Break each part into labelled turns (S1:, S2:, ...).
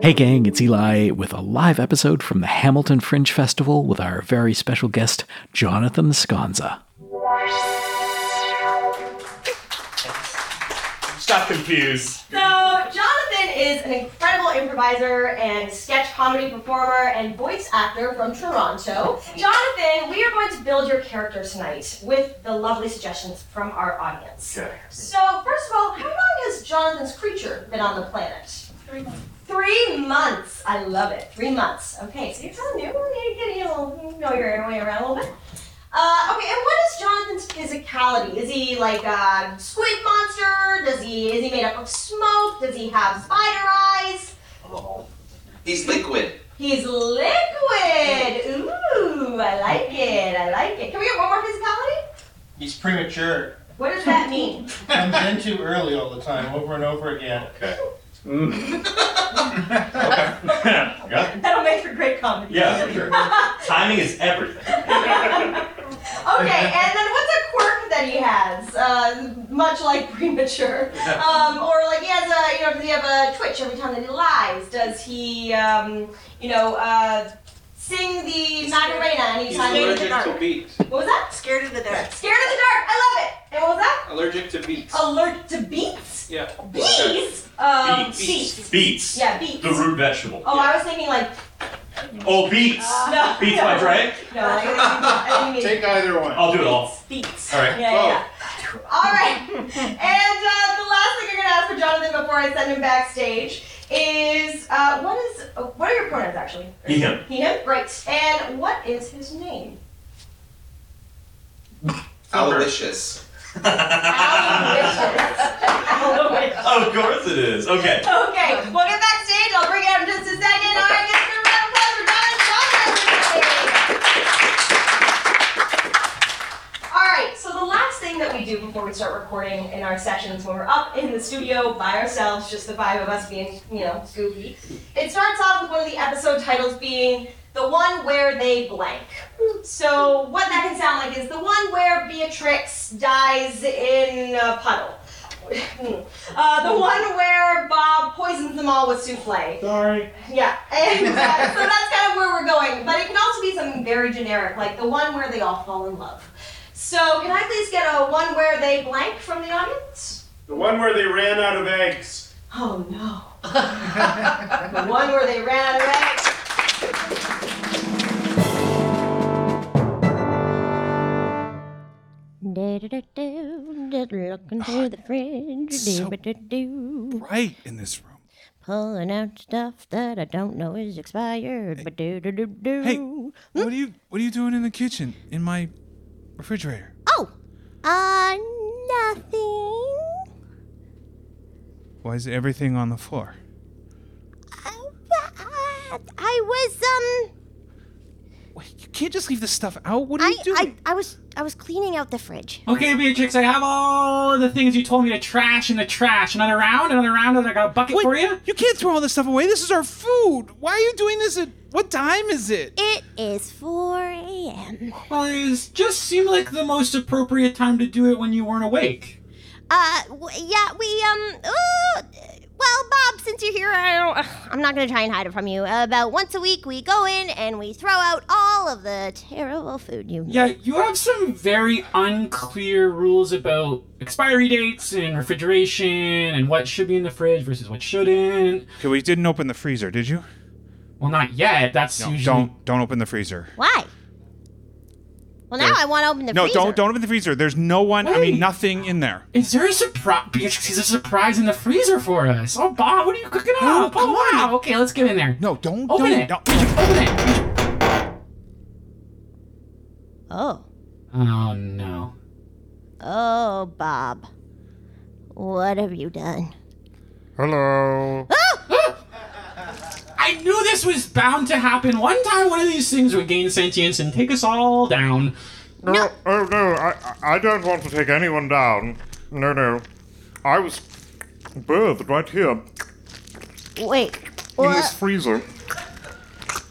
S1: Hey gang, it's Eli with a live episode from the Hamilton Fringe Festival with our very special guest, Jonathan Sconza.
S2: Stop confused.
S3: So, Jonathan is an incredible improviser and sketch comedy performer and voice actor from Toronto. Jonathan, we are going to build your character tonight with the lovely suggestions from our audience.
S2: Okay.
S3: So, first of all, how long has Jonathan's creature been on the planet? Three months. I love it. Three months. Okay, so you're telling me you get you know, you know your way around a little bit. Uh, okay, and what is Jonathan's physicality? Is he like a squid monster? Does he is he made up of smoke? Does he have spider eyes?
S4: He's liquid.
S3: He's liquid. Ooh, I like it. I like it. Can we get one more physicality?
S5: He's premature.
S3: What does that mean?
S5: Comes in too early all the time, over and over again.
S2: yeah.
S3: That'll make for great comedy.
S2: Yeah, for sure. Timing is everything.
S3: Okay, and then what's a quirk that he has? Uh, much like premature, um, or like he has a, you know, does he have a twitch every time that he lies? Does he, um, you know, uh, sing the Macarena
S4: He's
S3: anytime he's in the
S4: allergic to
S3: dark?
S4: beats.
S3: What was that?
S6: Scared of the dark.
S3: Scared of the dark. I love it. And what was that?
S4: Allergic to beats.
S3: Alert to beets.
S4: Yeah.
S3: Bees. Um,
S2: Beets.
S3: beets.
S2: Beets.
S3: Yeah, beets.
S2: The root vegetable.
S3: Oh, I was thinking like Uh,
S2: Oh, beets.
S3: no.
S2: beets by Drake.
S3: No, I didn't mean- I didn't mean
S7: Take either one.
S2: I'll do it all.
S3: Beats.
S2: All right.
S3: Yeah, yeah, yeah. All right. And uh, the last thing I'm gonna ask for Jonathan before I send him backstage is uh, what is oh, what are your pronouns actually?
S2: He, him.
S3: He him. Great. And what is his name?
S4: Aloysius.
S3: Aloysius.
S2: Of course it is. Okay.
S3: okay. We'll get backstage. I'll bring it out in just a second. All right. Let's give a round of applause for Jonathan Jonathan. All right. So the last thing that we do before we start recording in our sessions, when we're up in the studio by ourselves, just the five of us being, you know, goofy, it starts off with one of the episode titles being the one where they blank. So what that can sound like is the one where Beatrix dies in a puddle. Uh, the one where Bob poisons them all with souffle.
S5: Sorry.
S3: Yeah, and uh, so that's kind of where we're going. But it can also be something very generic, like the one where they all fall in love. So can I please get a one where they blank from the audience?
S7: The one where they ran out of eggs.
S3: Oh no. the one where they ran away.
S8: Do-do-do-do, Just looking through the fridge,
S9: so-
S8: do-do-do-do,
S9: right in this room.
S8: pulling out stuff that I don't know is expired. But do do do do.
S9: Hey, what are you what are you doing in the kitchen in my refrigerator?
S8: Oh, uh, nothing.
S9: Why is everything on the floor?
S8: Uh, I was um,
S9: Wait, you can't just leave this stuff out. What are
S8: I,
S9: you
S8: I
S9: doing? Oh.
S8: I was I was cleaning out the fridge.
S10: Okay, Beatrix, I have all of the things you told me to trash in the trash. Another round, another round, and I got a bucket
S9: Wait,
S10: for you.
S9: You can't throw all this stuff away. This is our food. Why are you doing this at what time is it?
S8: It is 4 a.m.
S10: Well, it just seemed like the most appropriate time to do it when you weren't awake.
S8: Uh, w- yeah, we, um, ooh, well, Bob, since you're here, I don't, I'm not gonna try and hide it from you. about once a week, we go in and we throw out all of the terrible food you
S10: Yeah, you have some very unclear rules about expiry dates and refrigeration and what should be in the fridge versus what shouldn't.
S9: Okay, we didn't open the freezer, did you?
S10: Well, not yet. That's
S9: No,
S10: usually
S9: don't don't open the freezer.
S8: Why? Well, now
S9: There-
S8: I want to open the
S9: No,
S8: freezer.
S9: don't don't open the freezer. There's no one. I
S10: Wait.
S9: mean, nothing in there.
S10: Is there a surprise? Beatrix, is a surprise in the freezer for us. Oh, Bob, what are you cooking up?
S9: come
S10: oh,
S9: on.
S10: wow. Okay, let's get in there.
S9: No, don't
S10: Open
S9: don't,
S10: it.
S9: don't.
S10: Open it.
S8: Oh,
S10: Oh no.
S8: oh, Bob, what have you done?
S7: Hello.
S10: I I knew this was bound to happen. One time, one of these things would gain sentience and take us all down.
S6: No, oh no, I, I don't want to take anyone down. No, no. I was birthed right here
S8: Wait.
S6: in
S8: What?
S6: this freezer.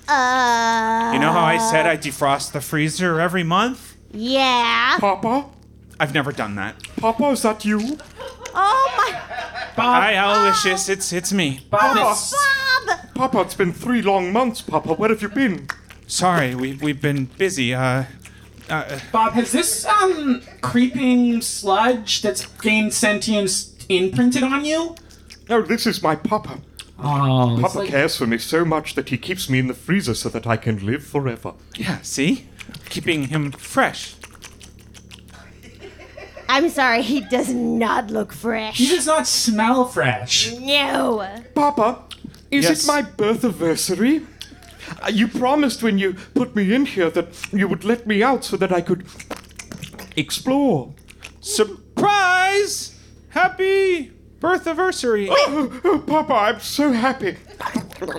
S8: Uh.
S9: You know how I said I defrost the freezer every month?
S8: Yeah.
S6: Papa?
S9: I've never done that.
S6: Papa, is that you?
S8: Oh my.
S9: Hi, Aloysius. It's it's me.
S6: Papa,
S8: Bob.
S6: Papa, it's been three long months, Papa. Where have you been?
S9: Sorry, we we've been busy. Uh, uh
S10: Bob, has this um creeping sludge that's gained sentience imprinted on you?
S6: No, this is my Papa.
S10: Oh, it's
S6: Papa
S10: like,
S6: cares for me so much that he keeps me in the freezer so that I can live forever.
S9: yeah. See, keeping him fresh.
S8: I'm sorry. He does not look fresh.
S10: he does not smell fresh.
S8: No.
S6: Papa, is
S9: Yes.
S6: it my birth anniversary? Uh, You promised when you put me in here that you would let me out so that I could explore.
S9: Surprise! Happy birth anniversary.
S6: Oh, oh, Papa, I'm so happy.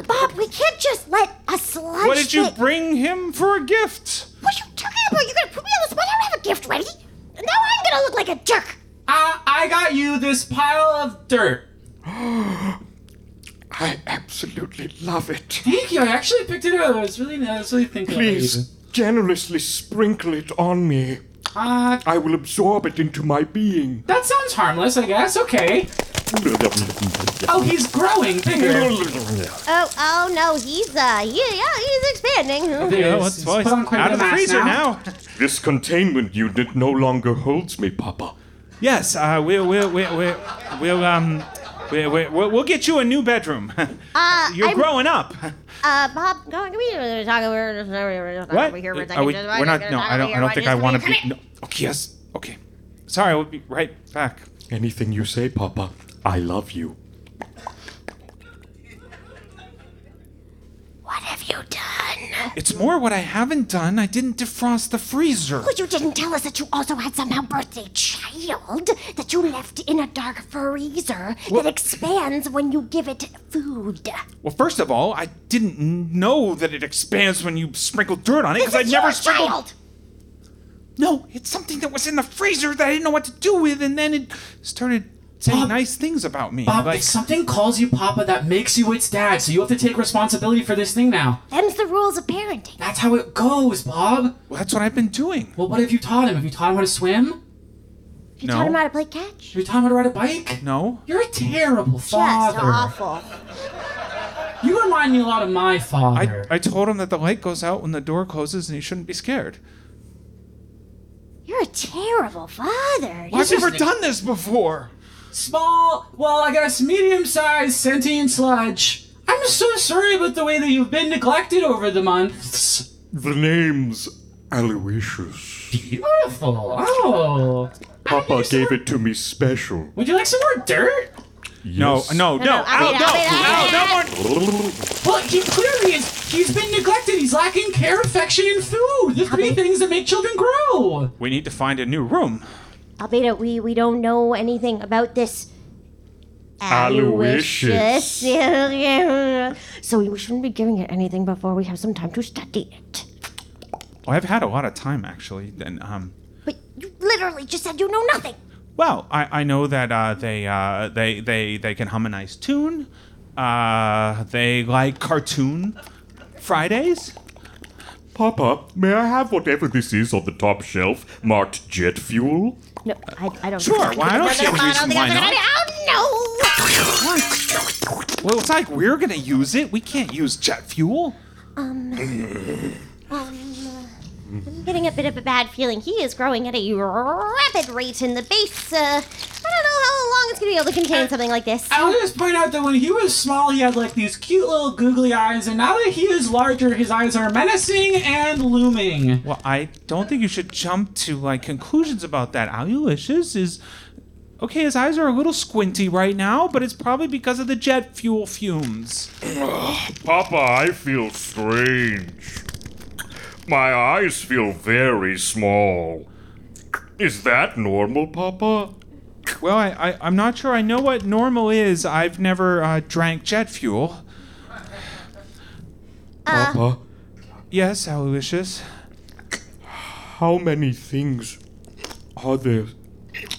S8: Bob, we can't just let a sludge.
S9: What did you
S8: fit-
S9: bring him for a gift?
S8: What are you talking about? You're gonna put me on the spot. I don't have a gift ready. Now I'm gonna look like a jerk.
S10: I, I got you this pile of dirt.
S6: I absolutely love it.
S10: Thank you. I actually picked it up. I was really, I was really thinking. about
S6: Please
S10: you.
S6: generously sprinkle it on me.
S10: Uh,
S6: I will absorb it into my being.
S10: that sounds harmless, I guess. Okay. Oh, he's growing bigger.
S8: Oh, oh no, he's uh, he, yeah, he's expanding.
S10: There,
S9: Oh,
S10: he's-
S9: it's
S10: he's
S9: voice.
S10: put on quite a
S9: Out
S10: bit
S9: of the
S10: mass
S9: freezer now.
S6: This containment unit no longer holds me, Papa.
S9: Yes, uh, we'll we'll we'll we'll, we'll um. we we we'll we'll get you a new bedroom.
S8: Uh,
S9: You're
S8: I'm-
S9: growing up.
S8: Uh, Bob, go on, come here. Talk over, talk
S9: What?
S8: over here for a
S9: Are
S8: second.
S9: we,
S8: Just-
S9: are not.
S8: just
S9: No,
S8: talk
S9: I
S8: over
S9: don't.
S8: here.
S9: I don't
S8: Why
S9: think
S8: just
S9: I
S8: come
S9: want
S8: here?
S9: to
S8: Come
S9: be.
S8: here.
S9: No. Okay. Yes. Okay. Sorry, I will be right back.
S6: Anything you say, Papa, I love you.
S8: What have you done?
S9: It's more what I haven't done. I didn't defrost the freezer.
S8: But you didn't tell us that you also had somehow birthed a child that you left in a dark freezer that expands when you give it food.
S9: Well, first of all, I didn't know that it expands when you sprinkle dirt on it because I
S8: It's
S9: never
S8: your
S9: sprinkled.
S8: child.
S9: No, it's something that was in the freezer that I didn't know what to do with, and then it started saying
S10: Bob-
S9: nice things about me.
S10: Bob,
S9: like,
S10: if something calls you Papa, that makes you its dad, so you have to take responsibility for this thing now.
S8: Them's the rules of parenting.
S10: That's how it goes, Bob.
S9: well, that's what I've been doing.
S10: Well, what have you taught him? Have you taught him how to swim?
S8: You
S9: No.
S8: taught him how to play catch.
S10: Have you taught him how to ride a bike?
S9: No.
S10: You're a terrible
S8: Just
S10: father.
S8: awful.
S10: You remind me a lot of my
S9: I,
S10: father.
S9: I told him that the light goes out when the door closes and he shouldn't be scared.
S8: You're a terrible father.
S9: Well, I've
S10: just
S9: never
S10: an-
S9: done this before.
S10: Small, well, I guess medium-sized sentient sludge. I'm so sorry about the way that you've been neglected over the months.
S6: The name's Aloysius.
S10: Beautiful. Oh.
S6: Papa gave it to me special.
S10: Would you like some more dirt?
S6: Yes.
S9: No, no,
S8: no,
S9: no,
S8: I mean,
S9: out, no,
S8: I mean, I
S9: out, no more.
S10: Well, he clearly is. He's been neglected. He's lacking care, affection, and food. The three things that make children grow.
S9: We need to find a new room.
S8: Albeda, we, we don't know anything about this.
S6: Aloysius.
S8: so we shouldn't be giving it anything before we have some time to study it.
S9: Well, I've had a lot of time actually, and um,
S8: But you literally just said you know nothing.
S9: Well, I, I know that uh, they uh, they they they can hum a nice tune. Uh, they like cartoon Fridays.
S6: Papa, may I have whatever this is on the top shelf, marked jet fuel?
S8: No, I, I don't
S9: Sure, why I don't see a reason why not?
S8: Oh,
S9: Well, it's like we're gonna use it. We can't use jet fuel.
S8: no! Um, I'm getting a bit of a bad feeling. He is growing at a rapid rate in the base. Uh, I don't know how long it's going to be able to contain something like this.
S9: uh,
S10: I'll just point out that when he was small, he had like these cute little googly eyes, and now that he is larger, his eyes are menacing and looming.
S9: Well, I don't think you should jump to like conclusions about that. Aloysius is okay. His eyes are a little squinty right now, but it's probably because of the jet fuel fumes.
S6: Papa, I feel strange. My eyes feel very small. Is that normal, Papa?
S9: Well, I, I I'm not sure. I know what normal is. I've never uh, drank jet fuel.
S8: Uh,
S6: Papa,
S9: Yes, Aloysius.
S6: how many things are there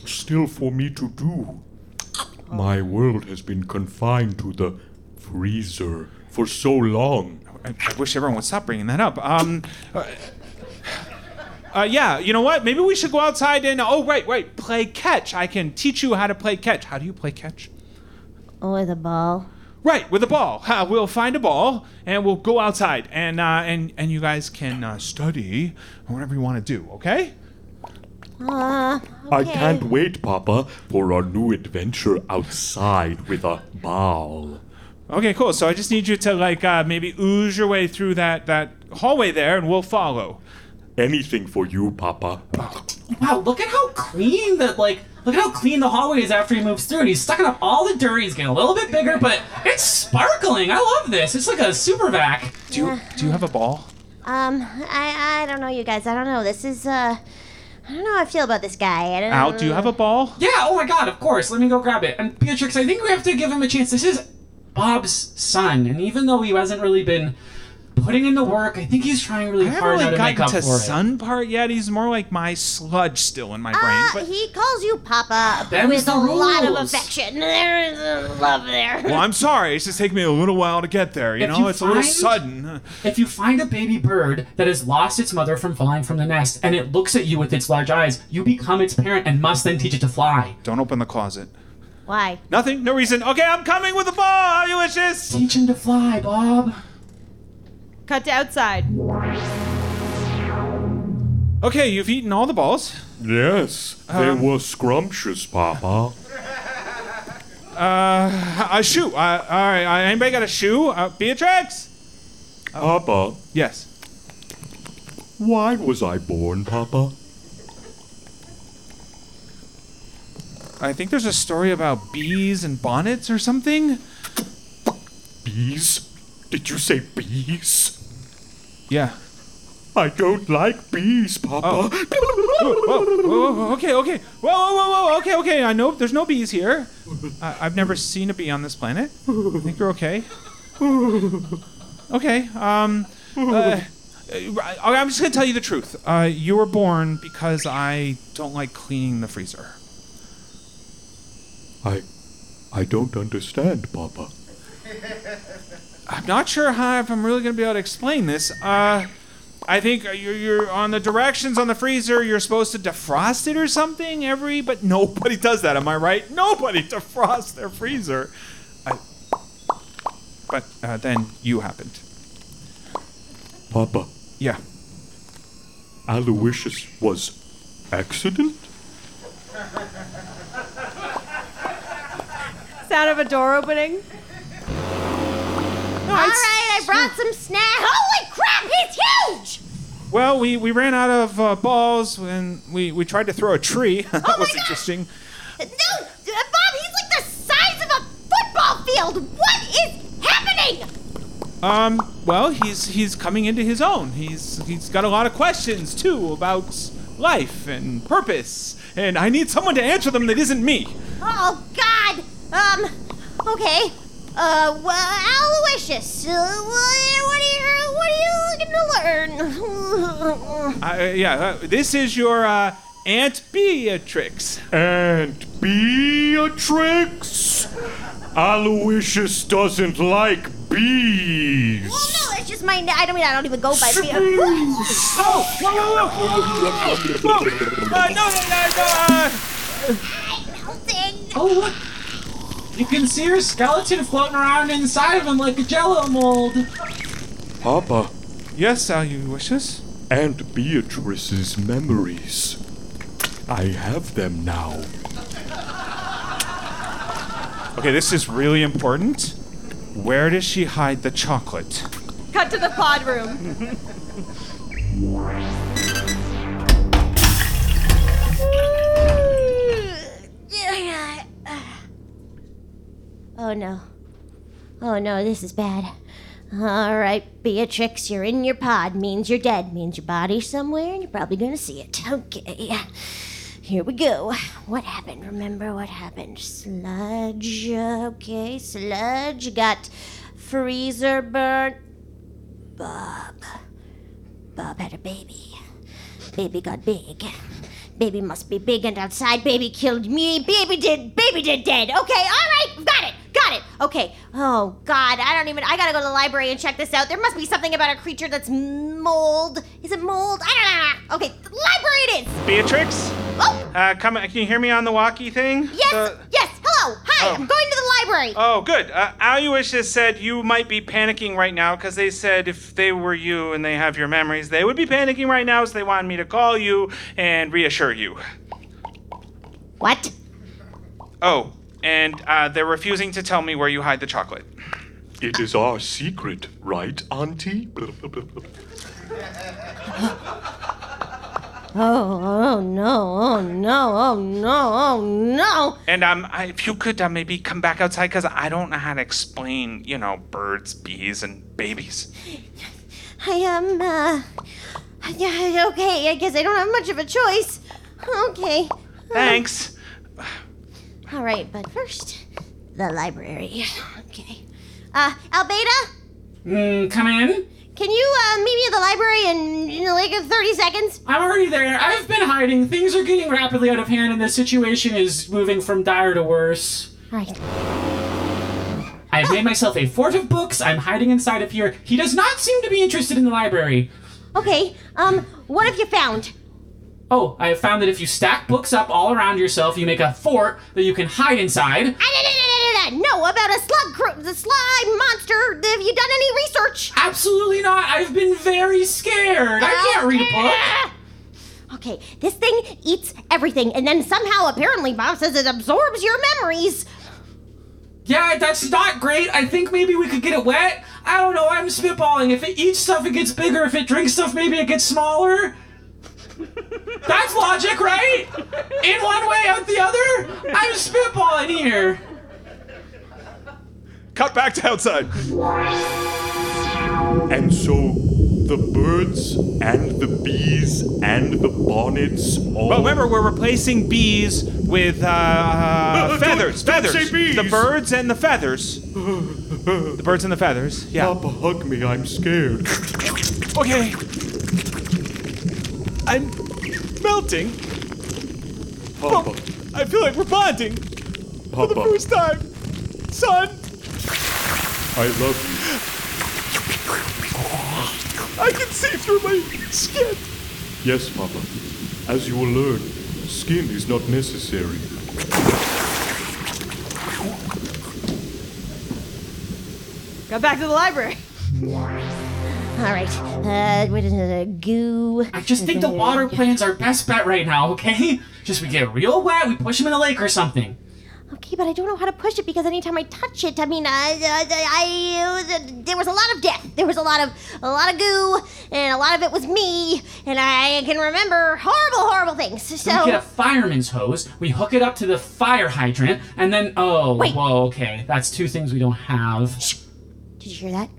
S6: still for me to do? My world has been confined to the freezer for so long.
S9: I, I wish everyone would stop bringing that up. Um, uh, uh, yeah, you know what? Maybe we should go outside and oh right, right, play catch. I can teach you how to play catch. How do you play catch?
S8: With a ball.
S9: Right, with a ball. Ha, we'll find a ball and we'll go outside and uh, and and you guys can uh, study or whatever you want to do. Okay?
S8: Uh,
S6: I can't wait, Papa, for our new adventure outside with a ball.
S9: Okay, cool. So I just need you to like uh, maybe ooze your way through that that hallway there, and we'll follow.
S6: Anything for you, Papa.
S10: Wow, look at how clean the like look at how clean the hallway is after he moves through it. He's sucking up all the dirt, he's getting a little bit bigger, but it's sparkling. I love this. It's like a super vac.
S9: Do you do you have a ball?
S8: Um, I I don't know, you guys. I don't know. This is uh, I don't know how I feel about this guy. I don't
S9: Al, do you have a ball?
S10: Yeah, oh my god, of course. Let me go grab it. And Beatrix, I think we have to give him a chance. This is Bob's son, and even though he hasn't really been putting in the work, I think he's trying really
S9: I haven't
S10: hard now
S9: really
S10: to make
S9: gotten
S10: up
S9: to
S10: for it.
S9: sun part yet. He's more like my sludge still in my brain.
S8: Uh, he calls you Papa
S9: Them's
S8: with
S9: the
S8: a lot of
S9: rules.
S8: affection. There is a love there.
S9: Well, I'm sorry. It's just taking me a little while to get there. You
S10: If
S9: know,
S10: you
S9: it's a little
S10: find-
S9: sudden.
S10: If you find a baby bird that has lost its mother from flying from the nest and it looks at you with its large eyes, you become its parent and must then teach it to fly.
S9: Don't open the closet.
S8: Why?
S9: Nothing. No reason. Okay, I'm coming with a ball. How you wishes?
S10: Teach him to fly, Bob.
S11: Cut to outside.
S9: Okay, you've eaten all the balls.
S6: Yes, they
S9: Um,
S6: were scrumptious, Papa.
S9: Uh, a shoe. Uh, all right. Uh, anybody got a shoe? Uh, Beatrix.
S6: Papa.
S9: Yes.
S6: Why was I born, Papa?
S9: I think there's a story about bees and bonnets or something.
S6: Bees? Did you say bees?
S9: Yeah.
S6: I don't like bees, Papa.
S9: Whoa, whoa, whoa, whoa, okay, okay. Whoa, whoa, whoa, whoa, okay, okay. I know there's no bees here. I, I've never seen a bee on this planet. I think you're okay. Okay, um. uh, I- I'm just gonna tell you the truth. Uh, you were born because I don't like cleaning the freezer.
S6: I I don't understand, Papa.
S9: I'm not sure how if I'm really gonna be able to explain this. Uh, I think you're, you're on the directions on the freezer. You're supposed to defrost it or something every, but nobody does that. Am I right? Nobody defrosts their freezer. I, but uh, then you happened.
S6: Papa,
S9: Yeah.
S6: Aloysius was accident?
S11: Sound of a door opening.
S8: All right, I brought some snacks. Holy crap, he's huge!
S9: Well, we, we ran out of uh, balls and we, we tried to throw a tree. that was interesting.
S8: Dude, uh, Bob, he's like the size of a football field. What is happening?
S9: Um, well, he's he's coming into his own. He's he's got a lot of questions too about life and purpose, and I need someone to answer them that isn't me.
S8: Oh God. Um. Okay. Uh. Well, Aloysius. Uh, wha- what are you? What are you looking to learn? Oh,
S9: I, uh, yeah, uh, this is your uh, Aunt Beatrix.
S6: And Beatrix? Aloysius doesn't like bees.
S8: well, no, it's just my. I don't mean I don't even go by. Beer.
S9: oh, whoa, whoa, whoa, whoa, whoa, whoa. Uh, no, no, no, no. Uh,
S10: Oh, look! You can see her skeleton floating around inside of him like a jello mold.
S6: Papa,
S9: yes, Al, you wishes?
S6: Aunt Beatrice's memories. I have them now.
S9: Okay, this is really important. Where does she hide the chocolate?
S11: Cut to the pod room.
S8: Oh no. Oh no, this is bad. All right, Beatrix, you're in your pod. Means you're dead. Means your body's somewhere, and you're probably gonna see it. Okay. Here we go. What happened? Remember what happened? Sludge. Okay, sludge got freezer burnt. Bob. Bob had a baby. Baby got big. Baby must be big and outside. Baby killed me. Baby did. Baby did dead. Okay, all right, got it, got it. Okay. Oh God, I don't even. I gotta go to the library and check this out. There must be something about a creature that's mold. Is it mold? I don't know. Okay, the library it is. Oh,
S9: Beatrix? Uh, come, can you hear me on the walkie thing?
S8: Yes,
S9: The-
S8: yes. Hello, hi.
S9: Uh, Oh.
S8: I'm going to the library.
S9: Oh, good. Uh, Aluish has said you might be panicking right now because they said if they were you and they have your memories, they would be panicking right now, so they wanted me to call you and reassure you.
S8: What?
S9: Oh, and uh, they're refusing to tell me where you hide the chocolate.
S6: It is our secret, right, Auntie?
S8: Oh, oh no, oh no, oh no, oh no.
S9: And um, I, if you could uh, maybe come back outside because I don't know how to explain, you know, birds, bees, and babies.
S8: I am, uh. Yeah, okay, I guess I don't have much of a choice. Okay.
S9: Thanks.
S8: All right, but first, the library. Okay. Uh, Albeda,
S10: Mm, come in.
S8: can you uh, meet me at the library in, in like 30 seconds?
S10: I'm already there. I've been hiding. Things are getting rapidly out of hand, and the situation is moving from dire to worse.
S8: Right.
S10: I've made myself a fort of books. I'm hiding inside of here. He does not seem to be interested in the library.
S8: Okay, um, what have you found?
S10: Oh, I have found that if you stack books up all around yourself, you make a fort that you can hide inside.
S8: Ah, No, about a slug, cr- the slime monster. Have you done any research?
S10: Absolutely not. I've been very scared. I can't read a book.
S8: Ah! Okay, this thing eats everything, and then somehow, apparently, Bob says it absorbs your memories.
S10: Yeah, that's not great. I think maybe we could get it wet. I don't know. I'm spitballing. If it eats stuff, it gets bigger. If it drinks stuff, maybe it gets smaller. That's logic, right? In one way, out the other. I'm spitballing here.
S6: Cut back to outside. And so the birds and the bees and the bonnets all.
S9: Well, remember, we're replacing bees with uh,
S6: don't-
S9: feathers.
S6: don't
S9: feathers.
S6: say bees.
S9: The birds and the feathers. the birds and the feathers. Yeah.
S6: Papa, hug me. I'm scared.
S9: Oh, Okay. I'm melting.
S6: Papa,
S9: I feel like we're bonding for the
S6: Papa,
S9: first time. Son,
S6: I love
S9: I can see through my skin.
S6: you. Yes, Papa. As you will learn, skin is not necessary.
S11: Go back to the library.
S8: All right, uh, what is it? A goo.
S10: I just think the water plan's our best bet right now, okay? Just we get real wet, we push him in the lake or something.
S8: Okay, but I don't know how to push it because anytime I touch it, I mean, uh, I, I, I- there was a lot of death. There was a lot of a lot of goo, and a lot of it was me, and I can remember horrible, horrible things. So.
S10: We get a fireman's hose, we hook it up to the fire hydrant, and then oh, whoa, okay, that's two things we don't have.
S8: Did you hear that?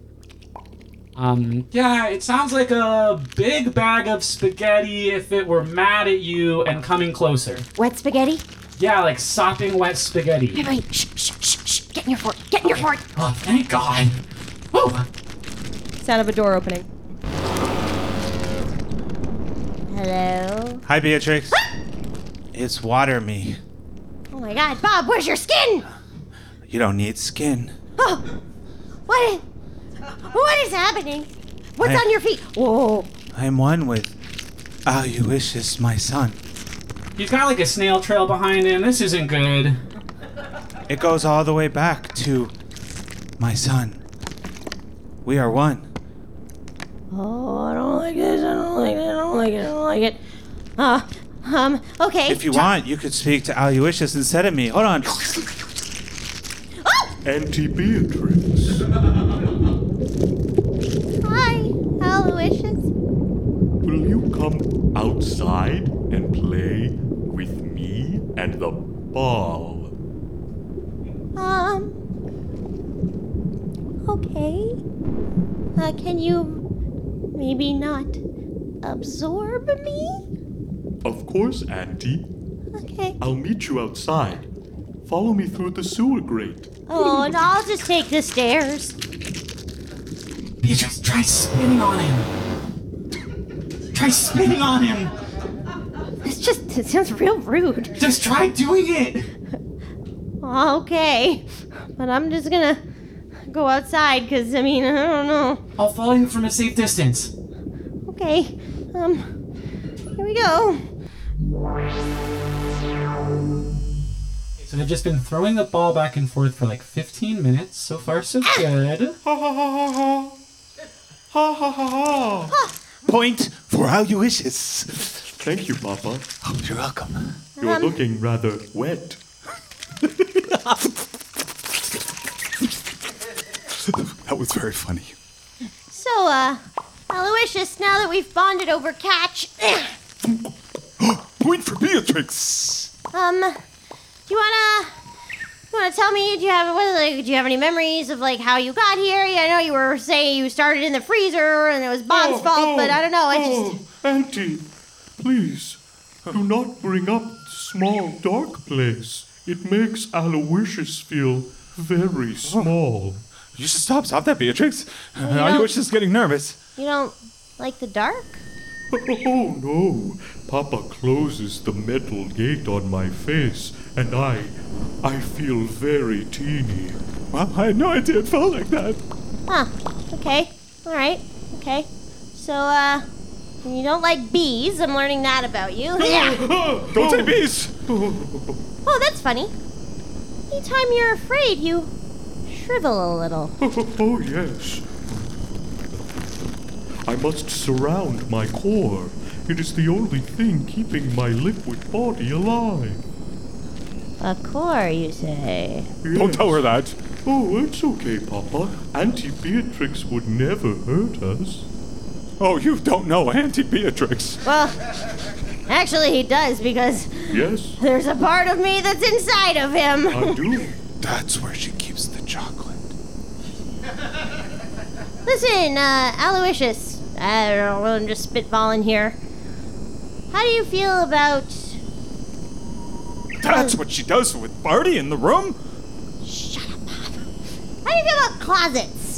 S10: Um, yeah, it sounds like a big bag of spaghetti if it were mad at you and coming closer.
S8: Wet spaghetti?
S10: Yeah, like sopping wet spaghetti.
S8: Wait, wait, shh, shh, shh, shh. Get in your fort. Get in your fort.
S10: Oh, thank God. Oh, Woo!
S11: Sound of a door opening.
S8: Hello.
S7: Hi, Beatrix. it's water me.
S8: Oh my God, Bob, where's your skin?
S7: You don't need skin.
S8: Oh, what? Is, what is happening? What's
S7: Hey.
S8: on your feet? Whoa!
S7: I'm one with ah, Aluishis, my son.
S10: He's got like a snail trail behind him. This isn't good.
S7: It goes all the way back to my son. We are one.
S8: Oh, I don't like this. I don't like it. I don't like it. I don't like it. Uh, um. Okay.
S7: If you want, you could speak to Aluishis instead of me. Hold on.
S8: Oh,
S6: Auntie Beatrix,
S8: Hi, Aloysius.
S6: will you come outside and play with me and the ball?
S8: Um. Okay. Uh, can you maybe not absorb me?
S6: Of course, Auntie.
S8: Okay.
S6: I'll meet you outside. Follow me through the sewer grate.
S8: Oh, and I'll just take the stairs.
S10: You just try spinning on him. Try spinning on him.
S8: It's just, it sounds real rude.
S10: Just try doing it.
S8: Okay. But I'm just gonna go outside because, I mean, I don't know.
S10: I'll follow you from a safe distance.
S8: Okay. Um, here we go.
S10: So I've just been throwing the ball back and forth for like 15 minutes. So far, so good.
S9: Ha ha ha ha. Ha ha ha ha.
S7: Point for how you wishes.
S6: Thank you, Papa.
S7: Oh, you're welcome.
S6: You're
S8: Um,
S6: looking rather wet.
S7: That was very funny.
S8: So, uh, Aloysius, now that we've bonded over catch,
S7: Point for Beatrix.
S8: um, do you wanna, you wanna tell me? Do you have what, like, do you have any memories of like how you got here? Yeah, I know you were saying you started in the freezer and it was Bob's fault, but I don't know. I
S6: oh.
S8: just
S6: Auntie, please, do not bring up the small dark place. It makes Aloysius feel very small.
S9: You should stop. Stop that, Beatrix.
S8: you
S9: I
S8: don't-
S9: wish is getting nervous.
S8: you don't like the dark.
S6: Oh no! Papa closes the metal gate on my face, and I. I feel very teeny.
S7: Well, I had no idea it felt like that.
S8: Huh. Okay. All right. Okay. So, uh, you don't like bees. I'm learning that about you.
S7: Don't say bees.
S8: Oh, that's funny. Anytime you're afraid, you shrivel a little.
S6: Oh yes. I must surround my core. It is the only thing keeping my liquid body alive.
S8: A core, you say?
S6: Yes.
S7: her that.
S6: Oh, it's okay, Papa. Auntie Beatrix would never hurt us.
S7: Oh, you don't know Auntie Beatrix.
S8: Well, actually, he does because
S6: Yes,
S8: there's a part of me that's inside of
S6: I
S8: him.
S6: do.
S7: That's where she keeps the chocolate.
S8: Listen, uh, Aloysius, I don't know, I'm just spitballing here. How do you feel about.
S9: That's what she does with Barty in the room.
S8: How do you feel about closets?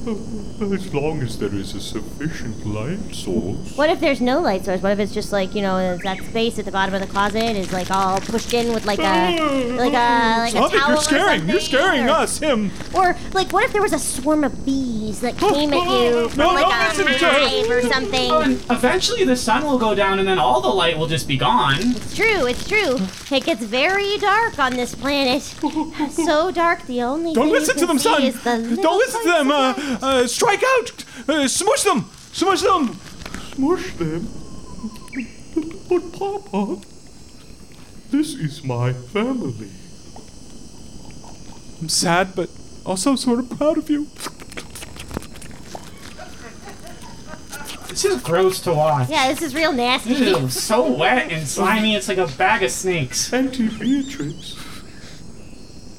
S6: As long as there is a sufficient light source.
S8: What if there's no light source? What if it's just like, you know, that space at the bottom of the closet is like all pushed in with like a. Like a. Like
S9: Mm-hmm. Stop
S8: a
S9: it!
S8: towel
S9: You're
S8: or
S9: scaring.
S8: something,
S9: You're scaring
S8: or-
S9: us. Him.
S8: Or like, what if there was a swarm of bees that came at you from
S9: Oh, No,
S8: like
S9: don't
S8: a
S9: listen to her.
S8: hive or
S10: Oh, and
S8: something?
S10: eventually the sun will go down and then all the light will just be gone.
S8: It's true, it's true. It gets very dark on this planet. So dark, the only
S9: Don't
S8: thing
S9: listen
S8: you can
S9: to them,
S8: see
S9: son.
S8: is the little
S9: Don't listen to them. Uh, uh, strike out. Uh, smush them. Smush them.
S6: Smush them. But, Papa, this is my family.
S9: I'm sad, but also sort of proud of you.
S10: This is gross to watch.
S8: Yeah, this is real nasty.
S10: Ew, so wet and slimy, it's like a bag of snakes.
S6: Auntie Beatrix,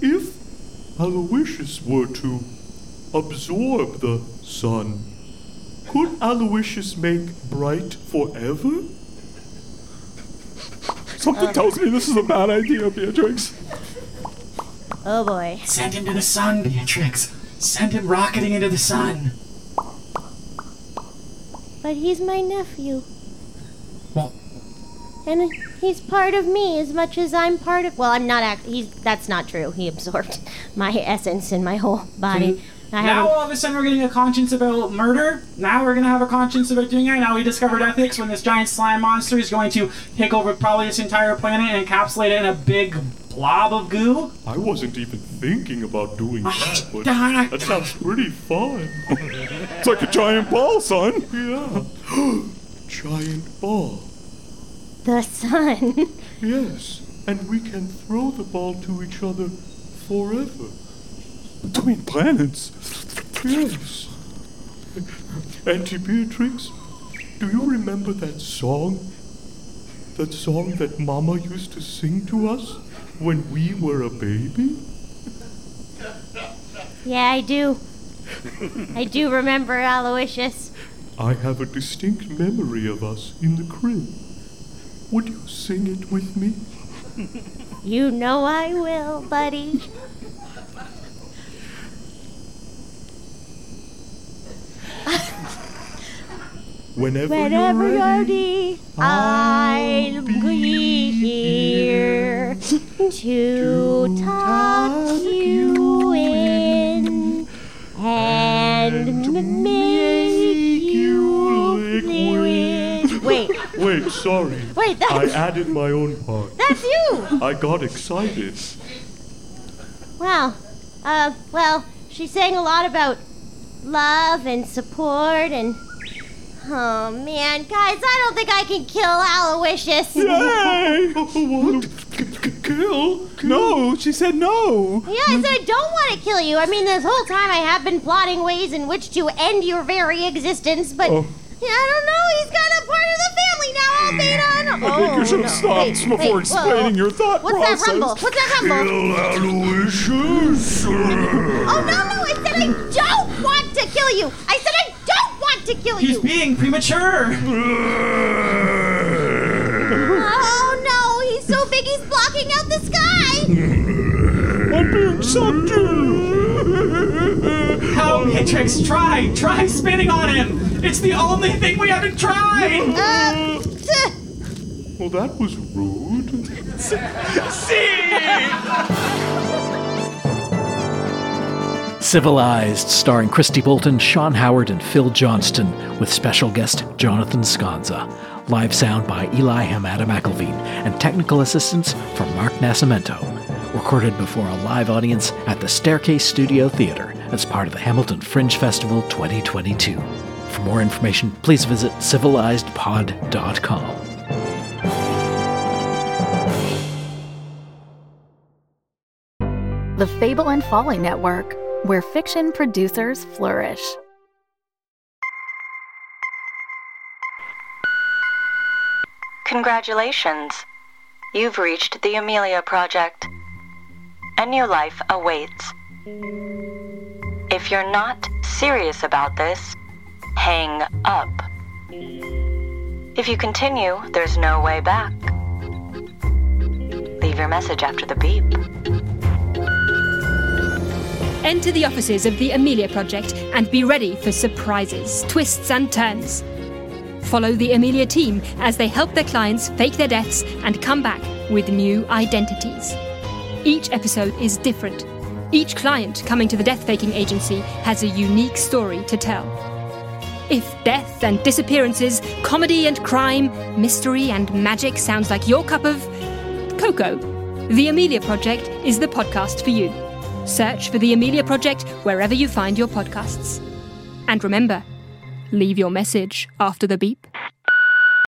S6: if Aloysius were to absorb the sun, could Aloysius make bright forever?
S9: Something tells me this is a bad idea, Beatrix.
S8: Oh boy.
S10: Send him to the sun, Beatrix. Send him rocketing into the sun.
S8: But he's my nephew.
S10: Well-
S8: And he's part of me as much as I'm part of. Well, I'm not. Act- he's. That's not true. He absorbed my essence in my whole body.
S10: Now
S8: I haven't-
S10: all of a sudden we're getting a conscience about murder. Now we're gonna have a conscience about doing it. Now we discovered ethics when this giant slime monster is going to take over probably this entire planet and encapsulate it in a big blob of goo.
S6: I wasn't even thinking about doing that, but
S10: God.
S6: that sounds pretty fun.
S9: It's like a giant ball, son.
S6: Yeah. Giant ball.
S8: the sun.
S6: Yes, and we can throw the ball to each other forever.
S9: Between planets.
S6: Yes. Auntie Beatrix, do you remember that song? That song that Mama used to sing to us when we were a baby?
S8: yeah, I do. I do remember Aloysius.
S6: I have a distinct memory of us in the crib. Would you sing it with me?
S8: You know I will, buddy.
S6: Whenever,
S8: Whenever
S6: you're
S8: you're
S6: ready.
S8: ready, I'll be here to tuck you in and m- make you liquid. Wait,
S6: Wait, sorry.
S8: Wait, that's-
S6: I added my own part.
S8: that's you!
S6: I got excited.
S8: Wow. Uh, well, she sang a lot about love and support and. Oh man, guys, I don't think I can kill Aloysius.
S7: Yay!
S6: Kill?
S7: No, she said no.
S8: Yeah, I said I don't want to kill you. I mean, this whole time I have been plotting ways in which to end your very existence, but
S6: Oh.
S8: yeah, I don't know. He's got a part of the family now, Albeda. I
S6: I
S8: don't-
S6: think
S8: Oh,
S6: you should have
S8: no.
S6: stopped
S8: Wait,
S6: before
S8: wait, whoa.
S6: explaining your thought
S8: What's
S6: process.
S8: that rumble? What's that rumble? Oh no, no! I said I don't want to kill you. I said I don't want to kill
S10: He's
S8: you.
S10: being premature.
S8: Oh no! He's so big, he's blocking out the sky.
S6: I'm being sucked
S10: Help, Matrix! Try, try spinning on him. It's the only thing we haven't tried.
S8: Uh,
S6: Well, that was rude.
S1: Civilized, starring Christy Bolton, Sean Howard, and Phil Johnston, with special guest Jonathan Sconza. Live sound by Eli Hamada McElveen, and technical assistance from Mark Nascimento. Recorded before a live audience at the Staircase Studio Theater as part of the Hamilton Fringe Festival 2022. For more information, please visit civilizedpod.com.
S12: The Fable and Folly Network, where fiction producers flourish.
S13: Congratulations. You've reached the Amelia Project. A new life awaits. If you're not serious about this, hang up. If you continue, there's no way back. Leave your message after the beep.
S14: Enter the offices of the Amelia Project and be ready for surprises, twists, and turns. Follow the Amelia team as they help their clients fake their deaths and come back with new identities. Each episode is different. Each client coming to the death faking agency has a unique story to tell. If death and disappearances, comedy and crime, mystery and magic sounds like your cup of cocoa, The Amelia Project is the podcast for you. Search for The Amelia Project wherever you find your podcasts. And remember, leave your message after the beep.